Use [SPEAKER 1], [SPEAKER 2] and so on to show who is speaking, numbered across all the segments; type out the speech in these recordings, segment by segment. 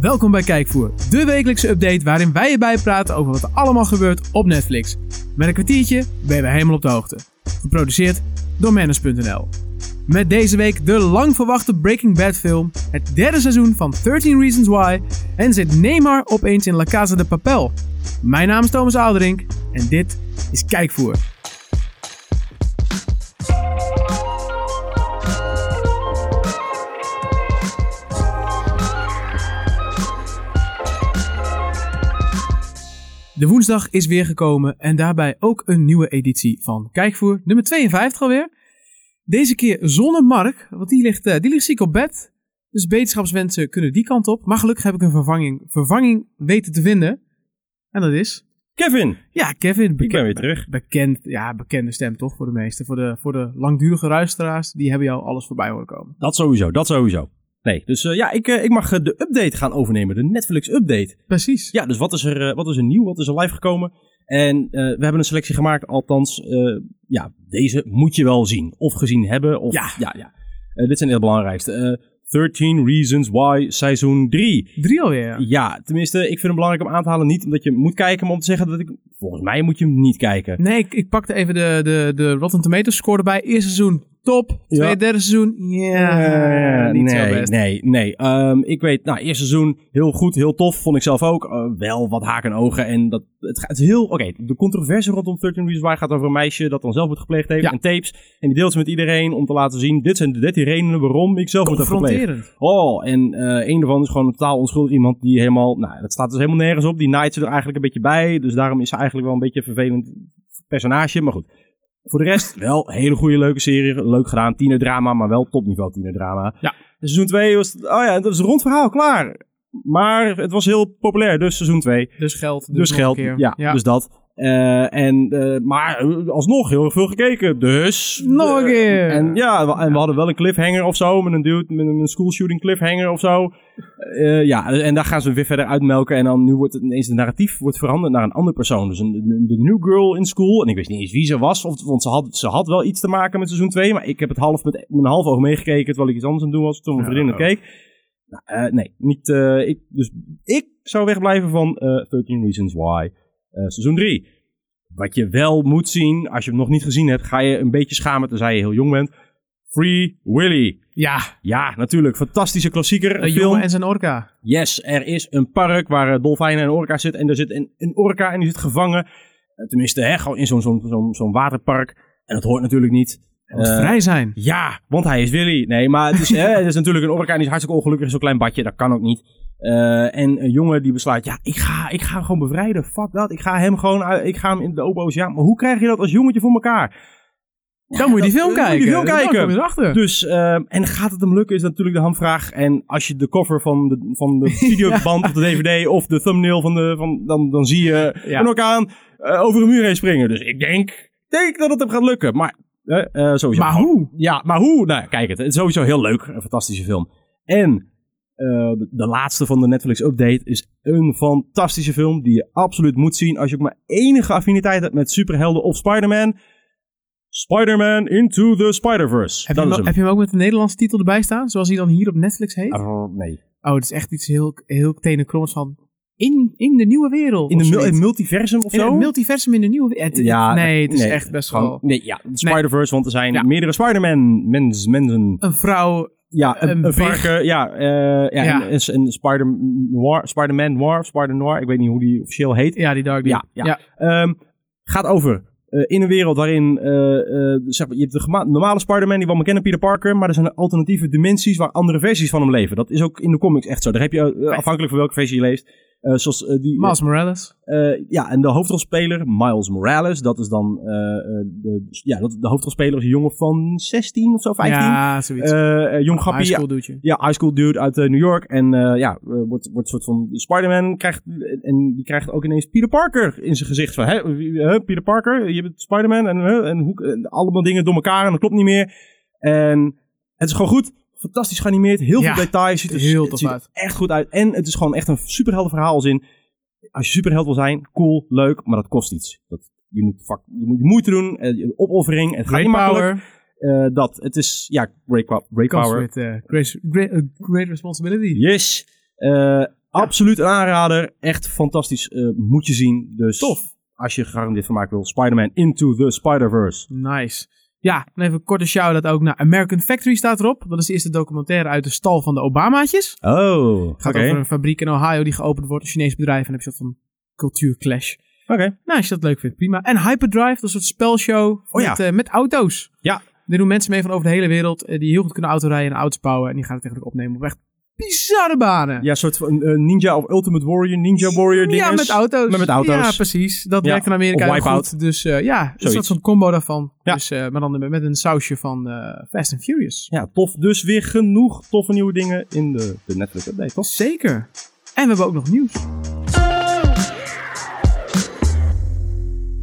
[SPEAKER 1] Welkom bij Kijkvoer, de wekelijkse update waarin wij je bijpraten over wat er allemaal gebeurt op Netflix. Met een kwartiertje ben je weer helemaal op de hoogte. Geproduceerd door Manus.nl. Met deze week de lang verwachte Breaking Bad film, het derde seizoen van 13 Reasons Why en zit Neymar opeens in La Casa de Papel. Mijn naam is Thomas Alderink en dit is Kijkvoer. De woensdag is weer gekomen en daarbij ook een nieuwe editie van Kijkvoer, nummer 52 alweer. Deze keer zonder Mark, want die ligt, eh, die ligt ziek op bed. Dus beterschapswensen kunnen die kant op. Maar gelukkig heb ik een vervanging, vervanging weten te vinden. En dat is...
[SPEAKER 2] Kevin,
[SPEAKER 1] Ja, Kevin.
[SPEAKER 2] ik ben
[SPEAKER 1] beken-
[SPEAKER 2] weer terug.
[SPEAKER 1] Bekend, ja, bekende stem toch voor de meesten. Voor de, voor de langdurige luisteraars, die hebben jou alles voorbij horen komen.
[SPEAKER 2] Dat sowieso, dat sowieso. Nee, dus eh, ja, ik, eh, ik mag eh, de update gaan overnemen, de Netflix-update.
[SPEAKER 1] Precies.
[SPEAKER 2] Ja, dus wat is, er, eh, wat is er nieuw, wat is er live gekomen? En eh, we hebben een selectie gemaakt, althans, eh, ja, deze moet je wel zien. Of gezien hebben, of...
[SPEAKER 1] Ja.
[SPEAKER 2] ja, Eh, dit zijn de belangrijkste. Eh 13 Reasons Why, seizoen 3.
[SPEAKER 1] Drie alweer. ja.
[SPEAKER 2] Ja, tenminste, ik vind hem belangrijk om aan te halen. Niet omdat je hem moet kijken, maar om te zeggen dat ik... Volgens mij moet je hem niet kijken.
[SPEAKER 1] Nee, ik, ik pakte even de, de, de Rotten Tomatoes score erbij. Eerste seizoen top,
[SPEAKER 2] Ja.
[SPEAKER 1] tweede, derde seizoen, ja,
[SPEAKER 2] Eh,
[SPEAKER 1] niet
[SPEAKER 2] nee,
[SPEAKER 1] zo best.
[SPEAKER 2] Nee, nee. Ehm, ik weet, nou, eerste seizoen heel goed, heel tof. Vond ik zelf ook. Eh, wel wat haken en ogen. En dat, het, gaat- het is heel, oké, de controverse rondom 13 Reasons Why gaat over een meisje dat dan zelfmoord gepleegd heeft.
[SPEAKER 1] Ja.
[SPEAKER 2] En tapes. En die deelt ze met iedereen om te laten zien, dit zijn de 13 redenen waarom ik zelfmoord heb gepleegd.
[SPEAKER 1] Confronterend.
[SPEAKER 2] Oh, en eh een daarvan is gewoon een totaal onschuldig iemand die helemaal, nou, dat staat dus helemaal nergens op. Die naait ze er eigenlijk een beetje bij. Dus daarom is ze eigenlijk wel een beetje een vervelend personage. Maar goed. Voor de rest, wel hele goede, leuke serie. Leuk gedaan. Tienerdrama, maar wel topniveau tienerdrama.
[SPEAKER 1] Ja.
[SPEAKER 2] En Seizoen 2 was, oh ja, dat is een rond verhaal, klaar. Maar het was heel populair, dus seizoen 2.
[SPEAKER 1] Dus geld. Dus,
[SPEAKER 2] Dus
[SPEAKER 1] nog
[SPEAKER 2] geld,
[SPEAKER 1] een keer.
[SPEAKER 2] ja, dus dat. Eh, en, eh, maar eh, alsnog heel erg veel gekeken, dus...
[SPEAKER 1] Nog een
[SPEAKER 2] eh,
[SPEAKER 1] keer.
[SPEAKER 2] en ja, we- en we hadden wel een cliffhanger of zo. Met een dude, met een school shooting cliffhanger of zo. Eh, ja, en daar gaan ze weer verder uitmelken. En dan nu wordt het ineens de narratief wordt veranderd naar een andere persoon. Dus een, een- de new girl in school. En ik wist niet eens wie ze was. Of, want ze had, ze had wel iets te maken met seizoen 2. Maar ik heb het half met, met een half oog meegekeken. Terwijl ik iets anders aan het doen was. Toen mijn
[SPEAKER 1] Ja,
[SPEAKER 2] vriendin het
[SPEAKER 1] oh.
[SPEAKER 2] keek. Nou, eh, nee, niet. eh, ik, dus ik zou wegblijven van eh 13 Reasons Why. eh, seizoen 3. Wat je wel moet zien, als je hem nog niet gezien hebt, ga je een beetje schamen tenzij je heel jong bent. Free Willy.
[SPEAKER 1] Ja,
[SPEAKER 2] Ja, natuurlijk. Fantastische klassieker.
[SPEAKER 1] een
[SPEAKER 2] film.
[SPEAKER 1] Eh, jongen en zijn orka.
[SPEAKER 2] Yes, er is een park waar eh, dolfijnen en orka's zitten. En er zit een, een orka en die zit gevangen. Eh, Tenminste, hè, gewoon in zo'n zo'n zo'n- zo'n waterpark. En dat hoort natuurlijk niet.
[SPEAKER 1] Hij moet
[SPEAKER 2] Eh,
[SPEAKER 1] vrij zijn.
[SPEAKER 2] ja, want hij is Willy. Nee, maar het is, hè, het is natuurlijk een orka en die is hartstikke ongelukkig in zo'n klein badje. Dat kan ook niet. Eh, en een jongen die besluit, ja, ik ga, ik ga hem gewoon bevrijden. Fuck dat. Ik ga hem gewoon, uit- ik ga hem in de obo's. Ja, maar hoe krijg je dat als jongetje voor elkaar?
[SPEAKER 1] Dan moet je die film
[SPEAKER 2] dan moet je
[SPEAKER 1] kijken.
[SPEAKER 2] die film
[SPEAKER 1] Dan
[SPEAKER 2] kijken.
[SPEAKER 1] kom je erachter.
[SPEAKER 2] Dus, eh, en gaat het hem lukken is natuurlijk de hamvraag. En als je de cover van de, van de videoband of de dvd of de thumbnail van de, van, dan, dan zie je
[SPEAKER 1] Ja.
[SPEAKER 2] een orkaan eh, over een muur heen springen. Dus ik denk, denk dat het hem gaat lukken. Maar, eh, eh, sowieso.
[SPEAKER 1] maar hoe?
[SPEAKER 2] Ja, maar hoe? Nou, kijk het. Het is sowieso heel leuk. Een fantastische film. En eh, de, de laatste van de Netflix update is een fantastische film die je absoluut moet zien als je ook maar enige affiniteit hebt met superhelden of Spider-Man. Spider-Man Into the Spider-Verse.
[SPEAKER 1] Heb
[SPEAKER 2] Dat
[SPEAKER 1] je, hem,
[SPEAKER 2] is
[SPEAKER 1] ook-
[SPEAKER 2] hem.
[SPEAKER 1] heb je hem ook met de Nederlandse titel erbij staan? Zoals hij dan hier op Netflix heet?
[SPEAKER 2] Ah, nee.
[SPEAKER 1] Oh, het is echt iets heel, heel tenenkrommers van... In, in de nieuwe wereld.
[SPEAKER 2] In
[SPEAKER 1] of
[SPEAKER 2] de mul-
[SPEAKER 1] zoiets.
[SPEAKER 2] het multiversum of
[SPEAKER 1] In
[SPEAKER 2] zo?
[SPEAKER 1] het multiversum in de nieuwe wereld. Het- nee, het is echt best
[SPEAKER 2] gewoon-
[SPEAKER 1] wel...
[SPEAKER 2] Nee, ja, Spider-Verse, want er zijn
[SPEAKER 1] Ja.
[SPEAKER 2] meerdere Spider-Man mens, mensen.
[SPEAKER 1] Een vrouw
[SPEAKER 2] Ja,
[SPEAKER 1] Een
[SPEAKER 2] een, een
[SPEAKER 1] big-
[SPEAKER 2] varken. Ja, eh ja,
[SPEAKER 1] Ja.
[SPEAKER 2] en- en een Spider Noir, Spider-Man Noir, Spider Noir, ik weet niet hoe die officieel heet.
[SPEAKER 1] Ja, die Dark Deep.
[SPEAKER 2] Ja, ja. Ehm, gaat over eh, in een wereld waarin eh, eh, zeg maar, je hebt de gema- normale Spider-Man die we allemaal kennen, Peter Parker, maar er zijn alternatieve dimensies waar andere versies van hem leven. Dat is ook in de comics echt zo. Daar heb je eh, afhankelijk van welke versie je leest. eh, zoals eh, die.
[SPEAKER 1] Miles Morales.
[SPEAKER 2] Eh, ja, en de hoofdrolspeler, Miles Morales, dat is dan eh, eh, de, ja, dat, de hoofdrolspeler is een jongen van 16 of zo, 15.
[SPEAKER 1] Ja, zoiets.
[SPEAKER 2] Eh, eh, jong
[SPEAKER 1] High
[SPEAKER 2] grappie,
[SPEAKER 1] school doetje.
[SPEAKER 2] ja, high school dude uit eh, New York. En eh, ja, eh, wordt, wordt een soort van Spider-Man. Krijgt, en die krijgt ook ineens Peter Parker in zijn gezicht. Van, hè, wie- hè, Peter Parker, je bent Spider-Man. En, hè, en, hoe, en allemaal dingen door elkaar en dat klopt niet meer. En het is gewoon goed. Fantastisch geanimeerd. Heel
[SPEAKER 1] Ja,
[SPEAKER 2] veel details. Ziet er,
[SPEAKER 1] heel
[SPEAKER 2] Dus het
[SPEAKER 1] tof
[SPEAKER 2] ziet er
[SPEAKER 1] uit.
[SPEAKER 2] echt goed uit. En het is gewoon echt een superhelden verhaal. Als in, als je superheld wil zijn, cool, leuk. Maar dat kost iets. Dat, je, moet, fuck, je moet moeite doen. eh, opoffering. Het gaat
[SPEAKER 1] Great
[SPEAKER 2] niet makkelijk.
[SPEAKER 1] power
[SPEAKER 2] Eh, dat, het is, ja, break, break
[SPEAKER 1] comes
[SPEAKER 2] power.
[SPEAKER 1] with eh, great, great, eh, great responsibility.
[SPEAKER 2] Yes. Eh, Absoluut een aanrader. Echt fantastisch. eh, moet je zien. Dus
[SPEAKER 1] Tof.
[SPEAKER 2] als je gegarandeerd van maken wil. Spider-Man Into the Spider-Verse.
[SPEAKER 1] Nice. Ja, en even een korte shout-out ook naar American Factory staat erop. Dat is de eerste documentaire uit de stal van de Obamaatjes.
[SPEAKER 2] Oh, oké.
[SPEAKER 1] Gaat over een fabriek in Ohio die geopend wordt. Een Chinees bedrijf en dan heb je een soort van cultuurclash.
[SPEAKER 2] Oké.
[SPEAKER 1] Nou, als je dat leuk vindt, prima. En Hyperdrive, dat is een soort spelshow
[SPEAKER 2] Oh ja.
[SPEAKER 1] met, eh, met auto's.
[SPEAKER 2] Ja.
[SPEAKER 1] Daar doen mensen mee van over de hele wereld eh, die heel goed kunnen autorijden en auto's bouwen. En die gaan het eigenlijk opnemen op echt bizarre banen.
[SPEAKER 2] Ja, een soort van eh, Ninja of Ultimate Warrior, Ninja Warrior ding
[SPEAKER 1] Ja,
[SPEAKER 2] is.
[SPEAKER 1] met auto's.
[SPEAKER 2] Maar met auto's.
[SPEAKER 1] Ja, precies. Dat
[SPEAKER 2] Ja.
[SPEAKER 1] werkt in Amerika
[SPEAKER 2] Of
[SPEAKER 1] heel
[SPEAKER 2] Wipeout.
[SPEAKER 1] goed. Dus eh, ja, dus dat
[SPEAKER 2] Zoiets.
[SPEAKER 1] is zo'n combo daarvan.
[SPEAKER 2] Ja.
[SPEAKER 1] Dus, eh, maar dan met een sausje van eh, Fast and Furious.
[SPEAKER 2] Ja, tof. Dus weer genoeg toffe nieuwe dingen in de, de Netflix update, toch?
[SPEAKER 1] Zeker. En we hebben ook nog nieuws.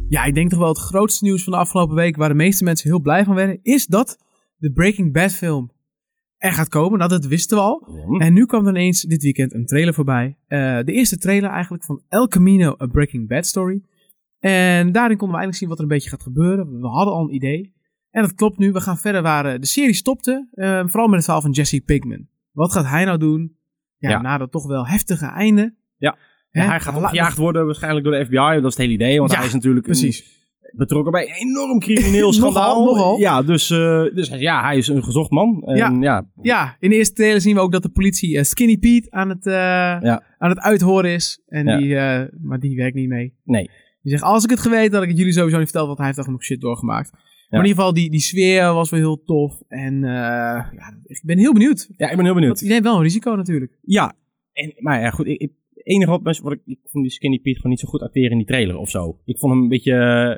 [SPEAKER 1] Ja, ik denk toch wel het grootste nieuws van de afgelopen week, waar de meeste mensen heel blij van werden, is dat de Breaking Bad film er gaat komen. Nou, dat wisten we al.
[SPEAKER 2] Ja.
[SPEAKER 1] En nu kwam er ineens dit weekend een trailer voorbij. Eh, de eerste trailer eigenlijk van El Camino, A Breaking Bad Story. En daarin konden we eigenlijk zien wat er een beetje gaat gebeuren. We hadden al een idee. En dat klopt nu. We gaan verder waar eh, de serie stopte. Eh, vooral met het verhaal van Jesse Pinkman. Wat gaat hij nou doen? Ja,
[SPEAKER 2] Ja.
[SPEAKER 1] na dat toch wel heftige einde.
[SPEAKER 2] Ja.
[SPEAKER 1] Hè?
[SPEAKER 2] hij gaat
[SPEAKER 1] La- dus-
[SPEAKER 2] opgejaagd worden waarschijnlijk door de FBI. Dat is het hele idee. Want
[SPEAKER 1] Ja,
[SPEAKER 2] hij is natuurlijk een-
[SPEAKER 1] Precies.
[SPEAKER 2] betrokken bij een enorm crimineel schandaal.
[SPEAKER 1] Nogal, nogal.
[SPEAKER 2] Ja, dus, eh, dus ja, hij is een gezocht man. En,
[SPEAKER 1] Ja.
[SPEAKER 2] ja. Ja,
[SPEAKER 1] Ja, in de eerste trailer zien we ook dat de politie eh, Skinny Pete aan het, eh, aan het uithoren is. En
[SPEAKER 2] Ja.
[SPEAKER 1] die, eh, maar die werkt niet mee.
[SPEAKER 2] nee.
[SPEAKER 1] Die zegt, als ik het geweten had, had ik het jullie sowieso niet verteld, want hij heeft echt genoeg shit doorgemaakt. Maar in ieder geval, die, die sfeer was wel heel tof. En eh, ja, ik ben heel benieuwd.
[SPEAKER 2] Ja, ik ben heel
[SPEAKER 1] Want
[SPEAKER 2] benieuwd.
[SPEAKER 1] je neemt wel een risico natuurlijk.
[SPEAKER 2] Ja, en, maar ja, goed. Ik, ik- het enige wat, best- wat ik, ik vond die Skinny Pete gewoon niet zo goed acteren in die trailer of zo. Ik vond hem een beetje,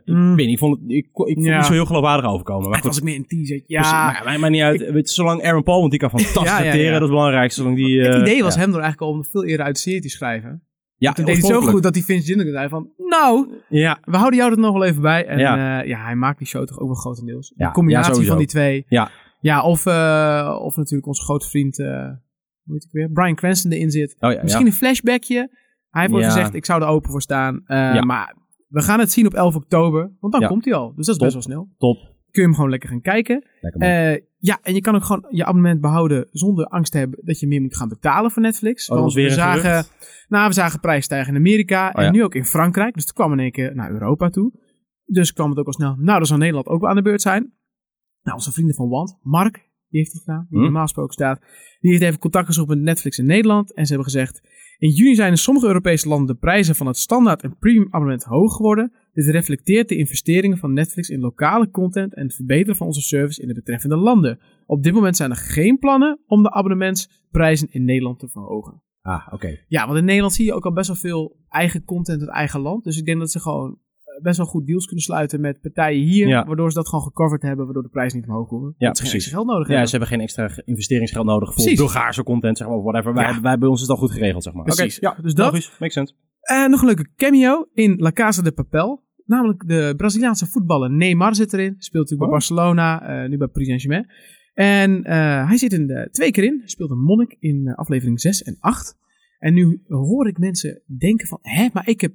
[SPEAKER 2] eh, ik
[SPEAKER 1] Mm.
[SPEAKER 2] weet niet, ik vond het ik, kon- ik vond
[SPEAKER 1] Ja.
[SPEAKER 2] het niet zo heel geloofwaardig overkomen. Maar
[SPEAKER 1] Maar
[SPEAKER 2] goed,
[SPEAKER 1] was ik meer een teaser.
[SPEAKER 2] Dus,
[SPEAKER 1] Ja,
[SPEAKER 2] maar, maar, maar niet uit. Weet je, zolang Aaron Paul, want die kan fantastisch
[SPEAKER 1] Ja, ja, ja.
[SPEAKER 2] acteren, dat is belangrijk. Zolang die,
[SPEAKER 1] het
[SPEAKER 2] eh,
[SPEAKER 1] idee was
[SPEAKER 2] ja.
[SPEAKER 1] hem er eigenlijk al om veel eerder uit de serie te schrijven.
[SPEAKER 2] Ja,
[SPEAKER 1] Toen deed hij het zo goed dat die Vince Gilligan zei van, nou,
[SPEAKER 2] Ja,
[SPEAKER 1] we houden jou er nog wel even bij. En ja,
[SPEAKER 2] Ja.
[SPEAKER 1] ja hij maakt die show toch ook wel grotendeels.
[SPEAKER 2] Ja,
[SPEAKER 1] de combinatie
[SPEAKER 2] ja, sowieso.
[SPEAKER 1] van die twee.
[SPEAKER 2] Ja.
[SPEAKER 1] Ja, of, eh, of natuurlijk onze grote vriend, eh, hoe heet ik weer, Brian Cranston erin zit.
[SPEAKER 2] oh, ja,
[SPEAKER 1] Misschien
[SPEAKER 2] ja.
[SPEAKER 1] een flashbackje. Hij heeft ooit
[SPEAKER 2] Ja.
[SPEAKER 1] gezegd, ik zou er open voor staan. Eh,
[SPEAKER 2] Ja.
[SPEAKER 1] Maar we gaan het zien op 11 oktober. Want dan
[SPEAKER 2] Ja.
[SPEAKER 1] komt hij al. Dus dat is
[SPEAKER 2] Top.
[SPEAKER 1] best wel snel.
[SPEAKER 2] top.
[SPEAKER 1] Kun je hem gewoon lekker gaan kijken.
[SPEAKER 2] Lekker man.
[SPEAKER 1] Eh, ja, en je kan ook gewoon je abonnement behouden zonder angst te hebben dat je meer moet gaan betalen voor Netflix.
[SPEAKER 2] Oh, dat was
[SPEAKER 1] we
[SPEAKER 2] weer een
[SPEAKER 1] zagen, nou, we zagen prijzen stijgen in Amerika
[SPEAKER 2] Oh,
[SPEAKER 1] en
[SPEAKER 2] ja.
[SPEAKER 1] nu ook in Frankrijk. Dus toen kwam in één keer naar Europa toe. Dus kwam het ook al snel. Nou, dan zal Nederland ook wel aan de beurt zijn. Nou, onze vrienden van Want, Mark, die heeft het gedaan, die
[SPEAKER 2] Hm.
[SPEAKER 1] normaal gesproken staat. Die heeft even contact gezocht met Netflix in Nederland. En ze hebben gezegd, in juni zijn in sommige Europese landen de prijzen van het standaard en premium abonnement hoog geworden. Dit reflecteert de investeringen van Netflix in lokale content en het verbeteren van onze service in de betreffende landen. Op dit moment zijn er geen plannen om de abonnementsprijzen in Nederland te verhogen.
[SPEAKER 2] ah, oké.
[SPEAKER 1] Ja, want in Nederland zie je ook al best wel veel eigen content uit eigen land. Dus ik denk dat ze gewoon eh, best wel goed deals kunnen sluiten met partijen hier.
[SPEAKER 2] Ja.
[SPEAKER 1] Waardoor ze dat gewoon gecoverd hebben, waardoor de prijs niet omhoog hoeven.
[SPEAKER 2] Ja,
[SPEAKER 1] dat ze geen
[SPEAKER 2] precies.
[SPEAKER 1] extra geld nodig
[SPEAKER 2] Ja,
[SPEAKER 1] hebben.
[SPEAKER 2] ze hebben geen extra ge- investeringsgeld nodig voor
[SPEAKER 1] Precies.
[SPEAKER 2] Bulgaarse content, zeg maar, of whatever. Wij,
[SPEAKER 1] Ja.
[SPEAKER 2] wij, bij ons is het al goed geregeld, zeg maar.
[SPEAKER 1] Precies.
[SPEAKER 2] Oké, ja,
[SPEAKER 1] Dus dat.
[SPEAKER 2] Logisch, makes sense.
[SPEAKER 1] Eh, nog een leuke cameo in La Casa de Papel. Namelijk de Braziliaanse voetballer Neymar zit erin. Speelt natuurlijk bij
[SPEAKER 2] Oh.
[SPEAKER 1] Barcelona, eh, nu bij Paris Saint-Germain. En eh, hij zit er twee keer in. Speelt een monnik in eh, aflevering 6 en 8. En nu hoor ik mensen denken van... Hé, maar ik heb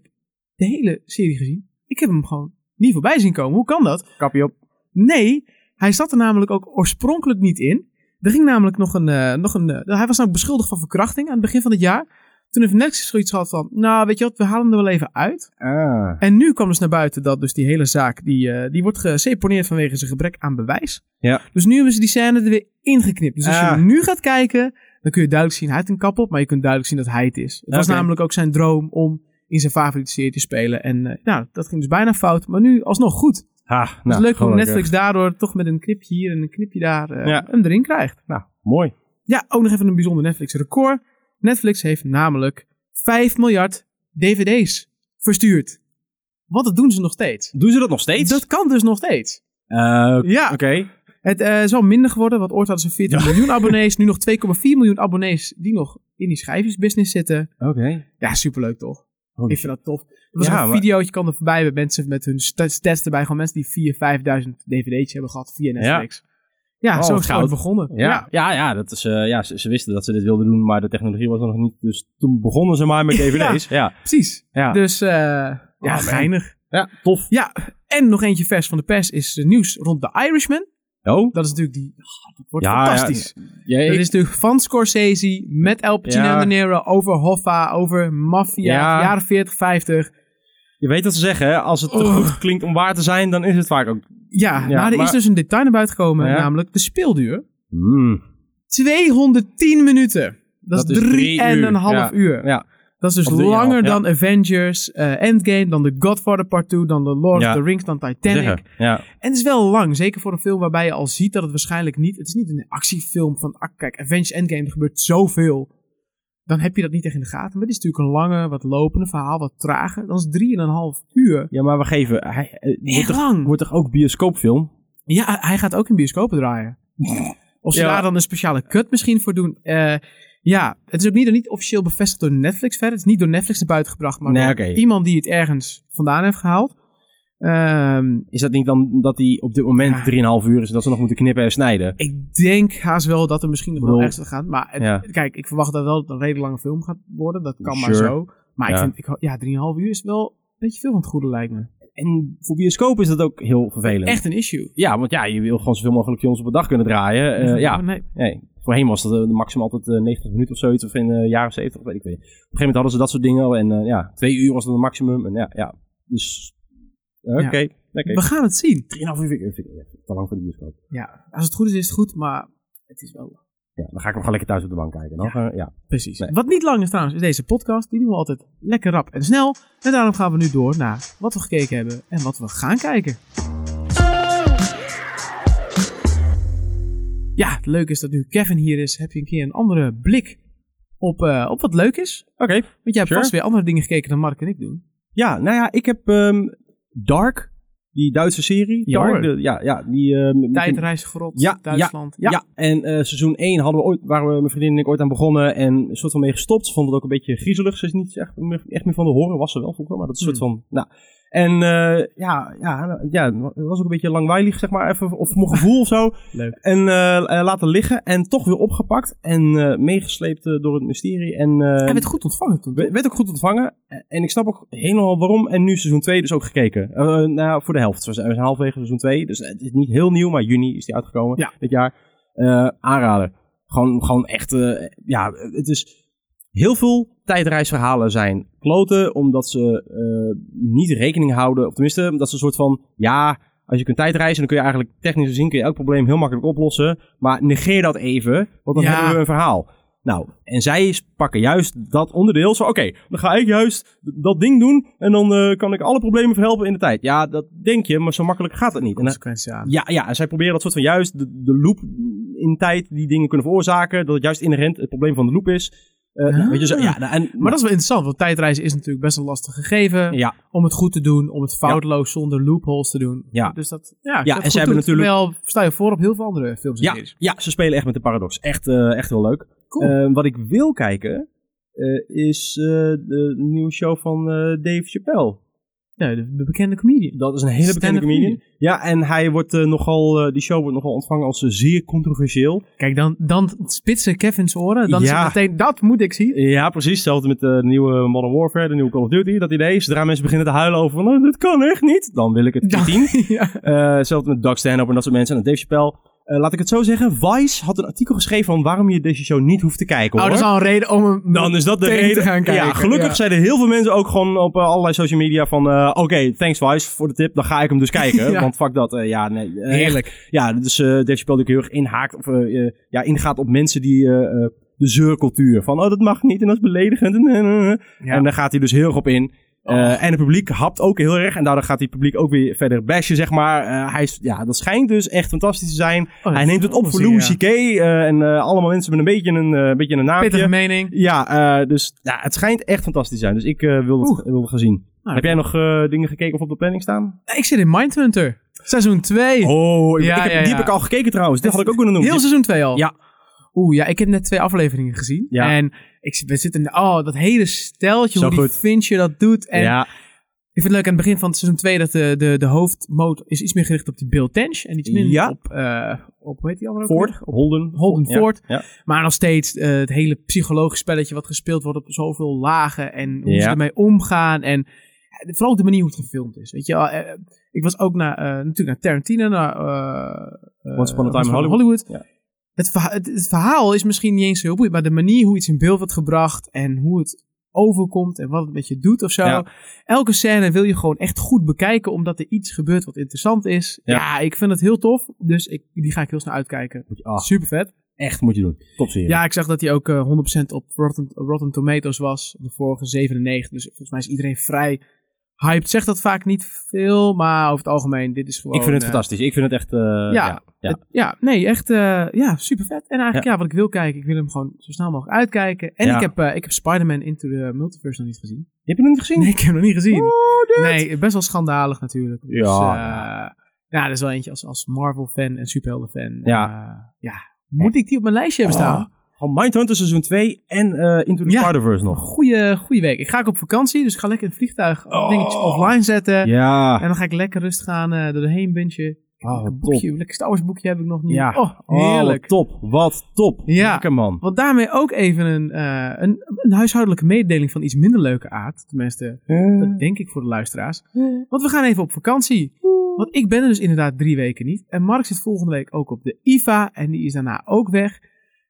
[SPEAKER 1] de hele serie gezien. Ik heb hem gewoon niet voorbij zien komen. Hoe kan dat?
[SPEAKER 2] Kappie op.
[SPEAKER 1] Nee, hij zat er namelijk ook oorspronkelijk niet in. Er ging namelijk nog een. eh, nog een eh, hij was namelijk beschuldigd van verkrachting aan het begin van het jaar. Toen heeft Netflix zoiets gehad van. Nou, weet je wat, we halen hem er wel even uit.
[SPEAKER 2] Ah.
[SPEAKER 1] En nu kwam dus naar buiten dat dus die hele zaak. die, eh, die wordt geseponeerd vanwege zijn gebrek aan bewijs.
[SPEAKER 2] Ja.
[SPEAKER 1] Dus nu hebben ze die scène er weer ingeknipt. Dus als je
[SPEAKER 2] Ah.
[SPEAKER 1] nu gaat kijken, dan kun je duidelijk zien. Hij heeft een kap op, maar je kunt duidelijk zien dat hij het is. Het was
[SPEAKER 2] Oké.
[SPEAKER 1] namelijk ook zijn droom om in zijn favoriete serie te spelen. En eh, nou, dat ging dus bijna fout. Maar nu alsnog goed.
[SPEAKER 2] Ha, nou,
[SPEAKER 1] Het is leuk hoe
[SPEAKER 2] gelukkig.
[SPEAKER 1] Netflix daardoor toch met een knipje hier en een knipje daar eh,
[SPEAKER 2] Ja.
[SPEAKER 1] hem erin krijgt.
[SPEAKER 2] Nou, mooi.
[SPEAKER 1] Ja, ook nog even een bijzonder Netflix record. Netflix heeft namelijk 5 miljard dvd's verstuurd. Want dat doen ze nog steeds.
[SPEAKER 2] Doen ze dat nog steeds?
[SPEAKER 1] Dat kan dus nog steeds.
[SPEAKER 2] Eh, oké.
[SPEAKER 1] Ja, het eh, is wel minder geworden, want ooit hadden ze 14 miljoen abonnees. Nu nog 2,4 miljoen abonnees die nog in die schrijfjesbusiness zitten.
[SPEAKER 2] Oké.
[SPEAKER 1] Ja, superleuk toch?
[SPEAKER 2] Holy
[SPEAKER 1] Ik vind dat tof. Er was
[SPEAKER 2] Ja,
[SPEAKER 1] een
[SPEAKER 2] maar-
[SPEAKER 1] videootje kan er voorbij met mensen met hun sta- stats erbij. Gewoon mensen die 4.000, 5.000 dvd's hebben gehad via Netflix. Ja,
[SPEAKER 2] Oh,
[SPEAKER 1] zo is
[SPEAKER 2] wat
[SPEAKER 1] het ooit
[SPEAKER 2] goud.
[SPEAKER 1] begonnen.
[SPEAKER 2] Ja, ja. ja, dat is, eh, ja ze, ze wisten dat ze dit wilden doen, maar de technologie was er nog niet. Dus toen begonnen ze maar met DVD's. ja.
[SPEAKER 1] precies.
[SPEAKER 2] Ja. Oh,
[SPEAKER 1] Dus eh ja,
[SPEAKER 2] man.
[SPEAKER 1] geinig.
[SPEAKER 2] ja, tof.
[SPEAKER 1] En nog eentje vers van de pers is eh, nieuws rond The Irishman.
[SPEAKER 2] Oh?
[SPEAKER 1] Dat is natuurlijk die... ah, dat wordt
[SPEAKER 2] Ja,
[SPEAKER 1] fantastisch.
[SPEAKER 2] Ja,
[SPEAKER 1] dat
[SPEAKER 2] ik-
[SPEAKER 1] is natuurlijk van Scorsese met El Pacino
[SPEAKER 2] Ja.
[SPEAKER 1] en De Niro over Hoffa, over Mafia,
[SPEAKER 2] Ja.
[SPEAKER 1] jaren 40, 50.
[SPEAKER 2] Je weet wat ze zeggen, hè? Als het te
[SPEAKER 1] Oh.
[SPEAKER 2] goed klinkt om waar te zijn, dan is het vaak ook...
[SPEAKER 1] Ja,
[SPEAKER 2] Ja,
[SPEAKER 1] maar er is
[SPEAKER 2] maar-
[SPEAKER 1] dus een detail naar buiten gekomen,
[SPEAKER 2] Ja.
[SPEAKER 1] namelijk de speelduur.
[SPEAKER 2] Hmm.
[SPEAKER 1] 210 minuten. Dat,
[SPEAKER 2] Dat
[SPEAKER 1] is
[SPEAKER 2] is
[SPEAKER 1] drie,
[SPEAKER 2] drie
[SPEAKER 1] en
[SPEAKER 2] uur.
[SPEAKER 1] een half
[SPEAKER 2] Ja.
[SPEAKER 1] uur.
[SPEAKER 2] Ja.
[SPEAKER 1] Dat is dus
[SPEAKER 2] Of drie en een
[SPEAKER 1] langer
[SPEAKER 2] half, ja.
[SPEAKER 1] dan Avengers, eh, Endgame, dan The Godfather Part 2, dan The Lord
[SPEAKER 2] Ja.
[SPEAKER 1] of the Rings, dan Titanic.
[SPEAKER 2] Zeggen. Ja.
[SPEAKER 1] En het is wel lang, zeker voor een film waarbij je al ziet dat het waarschijnlijk niet... Het is niet een actiefilm van, ah, kijk, Avengers Endgame, er gebeurt zoveel. Dan heb je dat niet echt in de gaten. Maar dit is natuurlijk een lange, wat lopende verhaal, wat trager. Dan is drie en een half uur.
[SPEAKER 2] ja, maar we geven... Hij, eh, wordt,
[SPEAKER 1] Echt
[SPEAKER 2] toch,
[SPEAKER 1] lang.
[SPEAKER 2] wordt toch ook bioscoopfilm?
[SPEAKER 1] Ja, hij gaat ook in bioscopen draaien. Of ze
[SPEAKER 2] Ja.
[SPEAKER 1] daar dan een speciale cut misschien voor doen. Eh, ja, het is ook niet, niet officieel bevestigd door Netflix verder. Het is niet door Netflix naar buiten gebracht, maar
[SPEAKER 2] Nee,
[SPEAKER 1] door
[SPEAKER 2] oké.
[SPEAKER 1] iemand die het ergens vandaan heeft gehaald. Ehm,
[SPEAKER 2] Is dat niet dan dat hij op dit
[SPEAKER 1] Ja.
[SPEAKER 2] moment 3,5 uur is en dat ze nog moeten knippen en snijden?
[SPEAKER 1] ik denk haast wel dat er misschien nog wel
[SPEAKER 2] Bedoel-
[SPEAKER 1] ergens gaat. Maar het-
[SPEAKER 2] Ja.
[SPEAKER 1] kijk, ik verwacht dat wel het een redelijk lange film gaat worden. Dat kan maar
[SPEAKER 2] Sure.
[SPEAKER 1] zo. Maar ik
[SPEAKER 2] Ja.
[SPEAKER 1] vind, ik, ho- ja, 3,5 uur is wel een beetje veel van het goede lijkt me.
[SPEAKER 2] En voor bioscoop is dat ook heel vervelend.
[SPEAKER 1] Echt een issue.
[SPEAKER 2] Ja, want ja, je wil gewoon zoveel mogelijk films op een dag kunnen draaien. Eh, ja,
[SPEAKER 1] Nee.
[SPEAKER 2] nee. Voorheen was dat eh, maximaal altijd eh, 90 minuten of zoiets, of in de jaren 70, of weet ik niet. Op een gegeven moment hadden ze dat soort dingen al en eh, ja, twee uur was dan het maximum. En ja, ja. dus eh, oké.
[SPEAKER 1] Ja.
[SPEAKER 2] oké.
[SPEAKER 1] We gaan het zien.
[SPEAKER 2] 3,5 uur vind ik- vind ik echt te lang voor de bioscoop.
[SPEAKER 1] Ja, als het goed is, is het goed. Maar het is wel
[SPEAKER 2] Ja, dan ga ik hem gewoon lekker thuis op de bank kijken. Dan, ja. ja.
[SPEAKER 1] Precies.
[SPEAKER 2] Nee.
[SPEAKER 1] Wat niet lang is trouwens, is deze podcast. Die doen we altijd lekker rap en snel. En daarom gaan we nu door naar wat we gekeken hebben en wat we gaan kijken. Ja, het leuke is dat nu Kevin hier is, heb je een keer een andere blik op, eh, op wat leuk is.
[SPEAKER 2] Oké.
[SPEAKER 1] Want jij hebt
[SPEAKER 2] Sure.
[SPEAKER 1] vast weer andere dingen gekeken dan Mark en ik doen.
[SPEAKER 2] Ja, nou ja, ik heb ehm, Dark, die Duitse serie.
[SPEAKER 1] Ja, hoor.
[SPEAKER 2] Dark, de- ja, ja, die... ehm,
[SPEAKER 1] Tijdreisgrot,
[SPEAKER 2] Ja, ja,
[SPEAKER 1] Duitsland.
[SPEAKER 2] Ja, en eh, seizoen 1 hadden we ooit, waren we, mijn vriendin en ik ooit aan begonnen en een soort van mee gestopt. Ze vond het ook een beetje griezelig. Ze is niet echt, meer- echt meer van de horror, was ze wel vroeger, maar dat is een soort van... Nou, en eh, ja, ja, ja, het was ook een beetje langweilig, zeg maar, even, of voor mijn gevoel of zo.
[SPEAKER 1] Leuk.
[SPEAKER 2] En eh, eh, laten liggen en toch weer opgepakt en eh, meegesleept eh, door het mysterie. En, eh,
[SPEAKER 1] Hij werd goed ontvangen toen.
[SPEAKER 2] werd ook goed ontvangen Eh, en ik snap ook helemaal waarom. En nu seizoen 2 dus ook gekeken. Eh, nou, ja, voor de helft. We zijn we zijn halverwege seizoen 2, dus het is niet heel nieuw, maar juni is die uitgekomen
[SPEAKER 1] Ja.
[SPEAKER 2] dit jaar. Eh, aanraden. Gewoon, gewoon echt, eh, ja, het is heel veel tijdreisverhalen zijn kloten, omdat ze eh, niet rekening houden, of tenminste, omdat ze een soort van, ja, als je kunt tijdreizen, dan kun je eigenlijk technisch gezien kun je elk probleem heel makkelijk oplossen, maar negeer dat even, want dan
[SPEAKER 1] Ja.
[SPEAKER 2] hebben we een verhaal. Nou, en zij pakken juist dat onderdeel. Zo, oké, dan ga ik juist dat ding doen en dan eh, kan ik alle problemen verhelpen in de tijd. Ja, dat denk je, maar zo makkelijk gaat het niet. En dan-
[SPEAKER 1] Consequentie aan.
[SPEAKER 2] ja, ja, en zij proberen dat soort van juist de, de loop in tijd die dingen kunnen veroorzaken. Dat het juist inherent het probleem van de loop is. Eh,
[SPEAKER 1] Ah.
[SPEAKER 2] nou, weet je, zo, ja, nou, en,
[SPEAKER 1] Maar dat is wel interessant, want tijdreizen is natuurlijk best een lastig gegeven.
[SPEAKER 2] Ja,
[SPEAKER 1] om het goed te doen, om het foutloos zonder loopholes te doen.
[SPEAKER 2] Ja.
[SPEAKER 1] Dus dat, ja,
[SPEAKER 2] Ja,
[SPEAKER 1] dat
[SPEAKER 2] en
[SPEAKER 1] goed
[SPEAKER 2] ze hebben
[SPEAKER 1] doet.
[SPEAKER 2] natuurlijk-
[SPEAKER 1] Terwijl, sta je voor op heel veel andere films en
[SPEAKER 2] ja,
[SPEAKER 1] series.
[SPEAKER 2] ja, ze spelen echt met de paradox. Echt, eh, echt heel leuk.
[SPEAKER 1] Cool.
[SPEAKER 2] Eh, wat ik wil kijken eh, is eh, de nieuwe show van eh, Dave Chappelle.
[SPEAKER 1] Ja, de, de bekende comedian.
[SPEAKER 2] Dat is een hele bekende
[SPEAKER 1] Stand-up
[SPEAKER 2] comedian. Ja, en hij wordt eh, nogal, eh, die show wordt nogal ontvangen als eh, zeer controversieel.
[SPEAKER 1] Kijk, dan, dan spitsen Kevin's oren. Dan
[SPEAKER 2] Ja.
[SPEAKER 1] is het meteen, dat moet ik zien.
[SPEAKER 2] Ja, precies. Hetzelfde met eh, de nieuwe Modern Warfare, de nieuwe Call of Duty. Dat idee. Zodra mensen beginnen te huilen over van, "Oh, dit kan echt niet. Dan wil ik het
[SPEAKER 1] Ja.
[SPEAKER 2] niet zien.
[SPEAKER 1] ja.
[SPEAKER 2] Eh, Hetzelfde met Doug Stanhope en dat soort mensen. En Dave Chappelle. Eh, laat ik het zo zeggen. Vice had een artikel geschreven van waarom je deze show niet hoeft te kijken.
[SPEAKER 1] Oh,
[SPEAKER 2] Hoor.
[SPEAKER 1] dat is al een reden om hem
[SPEAKER 2] Dan is dat de
[SPEAKER 1] meteen te
[SPEAKER 2] reden.
[SPEAKER 1] gaan kijken.
[SPEAKER 2] Ja, gelukkig
[SPEAKER 1] Ja.
[SPEAKER 2] zeiden heel veel mensen ook gewoon op eh, allerlei social media van... eh, Oké, thanks Vice voor de tip. Dan ga ik hem dus kijken.
[SPEAKER 1] Ja.
[SPEAKER 2] Want fuck dat. eh, ja, nee. eh,
[SPEAKER 1] Heerlijk.
[SPEAKER 2] ja, dus eh Dave Chappelle die ook heel erg inhaakt of eh, eh, ja, ingaat op mensen die eh, eh, de zeurcultuur van oh dat mag niet en dat is beledigend en, eh, eh, eh.
[SPEAKER 1] Ja.
[SPEAKER 2] en daar gaat hij dus heel erg op in. Eh,
[SPEAKER 1] Oh.
[SPEAKER 2] en het publiek hapt ook heel erg. En daardoor gaat het publiek ook weer verder bashen, zeg maar. Eh, hij is, ja, dat schijnt dus echt fantastisch te zijn.
[SPEAKER 1] Oh, dat
[SPEAKER 2] hij
[SPEAKER 1] is
[SPEAKER 2] neemt het op voor
[SPEAKER 1] onzin,
[SPEAKER 2] Louis
[SPEAKER 1] ja.
[SPEAKER 2] C.K. eh, en eh, allemaal mensen met een beetje een, eh, beetje een naampje.
[SPEAKER 1] Pittige mening.
[SPEAKER 2] Ja, eh, dus ja, het schijnt echt fantastisch te zijn. Dus ik eh, wil
[SPEAKER 1] Oeh.
[SPEAKER 2] het wil het gaan zien.
[SPEAKER 1] Nou,
[SPEAKER 2] Heb jij nog eh, dingen gekeken of op de planning staan?
[SPEAKER 1] Ik zit in Mindhunter. Seizoen 2.
[SPEAKER 2] Oh, ik,
[SPEAKER 1] Ja,
[SPEAKER 2] ik heb,
[SPEAKER 1] ja,
[SPEAKER 2] die
[SPEAKER 1] ja.
[SPEAKER 2] heb ik al gekeken trouwens. Dat
[SPEAKER 1] Het-
[SPEAKER 2] had ik ook kunnen noemen.
[SPEAKER 1] Heel seizoen 2 al?
[SPEAKER 2] Ja.
[SPEAKER 1] Oeh, ja, ik heb net twee afleveringen gezien.
[SPEAKER 2] Ja.
[SPEAKER 1] En ik, zit- we zitten in, oh, dat hele steltje,
[SPEAKER 2] Zo
[SPEAKER 1] hoe die
[SPEAKER 2] goed.
[SPEAKER 1] Fincher dat doet. En
[SPEAKER 2] ja,
[SPEAKER 1] Ik vind het leuk aan het begin van seizoen 2 dat de, de, de hoofdmoot is iets meer gericht op die Bill Tench. En iets minder
[SPEAKER 2] Ja.
[SPEAKER 1] op, eh, op, hoe heet die andere ook
[SPEAKER 2] Ford,
[SPEAKER 1] weer?
[SPEAKER 2] Holden.
[SPEAKER 1] Holden
[SPEAKER 2] Ja,
[SPEAKER 1] Ford.
[SPEAKER 2] ja.
[SPEAKER 1] Maar nog steeds eh, het hele psychologisch spelletje wat gespeeld wordt op zoveel lagen. En hoe ze
[SPEAKER 2] Ja.
[SPEAKER 1] ermee omgaan. En eh, vooral ook de manier hoe het gefilmd is. Weet je, wel. Eh, ik was ook naar, eh, natuurlijk naar Tarantino, naar eh, eh,
[SPEAKER 2] Once Upon a Time in Hollywood. Ja.
[SPEAKER 1] Het, verha- het, het verhaal is misschien niet eens heel boeiend, maar de manier hoe iets in beeld wordt gebracht en hoe het overkomt en wat het met je doet of zo.
[SPEAKER 2] Ja.
[SPEAKER 1] Elke scène wil je gewoon echt goed bekijken, omdat er iets gebeurt wat interessant is. Ja,
[SPEAKER 2] Ja.
[SPEAKER 1] ik vind het heel tof, dus ik, die ga ik heel snel uitkijken.
[SPEAKER 2] Moet je- ah,
[SPEAKER 1] Super vet.
[SPEAKER 2] echt moet je doen. Topserie.
[SPEAKER 1] Ja, ik zag dat hij ook eh, 100% op Rotten, Rotten Tomatoes was. De vorige 97. Dus volgens mij is iedereen vrij hyped. Zegt dat vaak niet veel, maar over het algemeen, dit is gewoon...
[SPEAKER 2] ik vind het
[SPEAKER 1] eh,
[SPEAKER 2] fantastisch. Ik vind het echt... eh, ja. ja.
[SPEAKER 1] het- ja, nee, echt eh, ja, super vet. En eigenlijk, ja.
[SPEAKER 2] Ja.
[SPEAKER 1] wat ik wil kijken, ik wil hem gewoon zo snel mogelijk uitkijken. En
[SPEAKER 2] Ja.
[SPEAKER 1] ik heb, eh, ik heb Spider-Man Into the Multiverse nog niet gezien.
[SPEAKER 2] Heb je hem niet gezien?
[SPEAKER 1] Nee, ik heb hem nog niet gezien.
[SPEAKER 2] Oh, dit-
[SPEAKER 1] nee, best wel schandalig natuurlijk. Dus,
[SPEAKER 2] Ja.
[SPEAKER 1] eh, ja, dat is wel eentje als, als Marvel-fan en superhelden-fan.
[SPEAKER 2] Ja.
[SPEAKER 1] Eh, ja. Moet ik die op mijn lijstje hebben staan?
[SPEAKER 2] Gewoon Mindhunter seizoen 2 en eh, Into the
[SPEAKER 1] Ja.
[SPEAKER 2] Spider-Verse nog.
[SPEAKER 1] goede, goede week. Ik ga ook op vakantie, dus ik ga lekker in het vliegtuig
[SPEAKER 2] Oh.
[SPEAKER 1] dingetjes offline zetten.
[SPEAKER 2] Ja.
[SPEAKER 1] En dan ga ik lekker rustig aan eh door de heenbuntje.
[SPEAKER 2] Oh,
[SPEAKER 1] Lekker
[SPEAKER 2] top.
[SPEAKER 1] eh, boekje, lekker Star Wars boekje heb ik nog niet.
[SPEAKER 2] Ja.
[SPEAKER 1] Oh,
[SPEAKER 2] Oh,
[SPEAKER 1] heerlijk.
[SPEAKER 2] wat top. Wat top.
[SPEAKER 1] Ja.
[SPEAKER 2] Lekker man.
[SPEAKER 1] Want daarmee ook even een, eh, een, een huishoudelijke mededeling van iets minder leuke aard. Tenminste, dat denk ik voor de luisteraars. Want we gaan even op vakantie. Want ik ben er dus inderdaad drie weken niet. En Mark zit volgende week ook op de IFA. En die is daarna ook weg.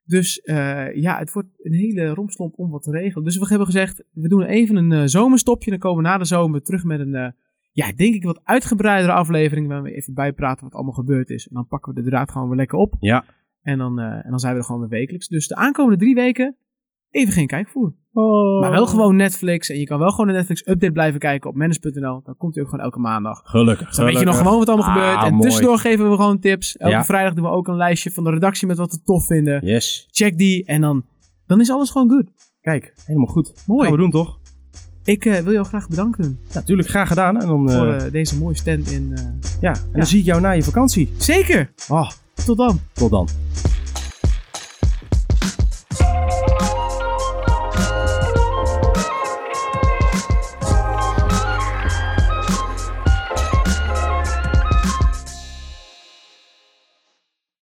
[SPEAKER 1] Dus eh, ja, het wordt een hele romslomp om wat te regelen. Dus we hebben gezegd, we doen even een eh, zomerstopje. Dan komen we na de zomer terug met een, eh, ja, denk ik wat uitgebreidere aflevering. Waar we even bijpraten wat allemaal gebeurd is. En dan pakken we de draad gewoon weer lekker op.
[SPEAKER 2] Ja.
[SPEAKER 1] En dan, eh, en dan zijn we er gewoon weer wekelijks. Dus de aankomende drie weken, even geen kijkvoer. Oh. Maar wel gewoon Netflix. En je kan wel gewoon de Netflix-update blijven kijken op manage.nl. Dan komt hij ook gewoon elke maandag.
[SPEAKER 2] Gelukkig.
[SPEAKER 1] Dan weet je nog
[SPEAKER 2] gelukkig.
[SPEAKER 1] gewoon wat allemaal
[SPEAKER 2] Ah,
[SPEAKER 1] gebeurt. En
[SPEAKER 2] mooi.
[SPEAKER 1] tussendoor geven we gewoon tips. Elke
[SPEAKER 2] Ja.
[SPEAKER 1] vrijdag doen we ook een lijstje van de redactie met wat we tof vinden.
[SPEAKER 2] Yes.
[SPEAKER 1] Check die en dan, dan is alles gewoon goed.
[SPEAKER 2] Kijk, helemaal goed.
[SPEAKER 1] Mooi.
[SPEAKER 2] Gaan we doen toch?
[SPEAKER 1] Ik eh, wil jou graag bedanken
[SPEAKER 2] Natuurlijk, graag gedaan. En dan, eh,
[SPEAKER 1] voor eh, deze mooie stand in. eh,
[SPEAKER 2] ja. en dan
[SPEAKER 1] ja.
[SPEAKER 2] zie ik jou na je vakantie.
[SPEAKER 1] Zeker!
[SPEAKER 2] Oh,
[SPEAKER 1] Tot dan!
[SPEAKER 2] tot dan.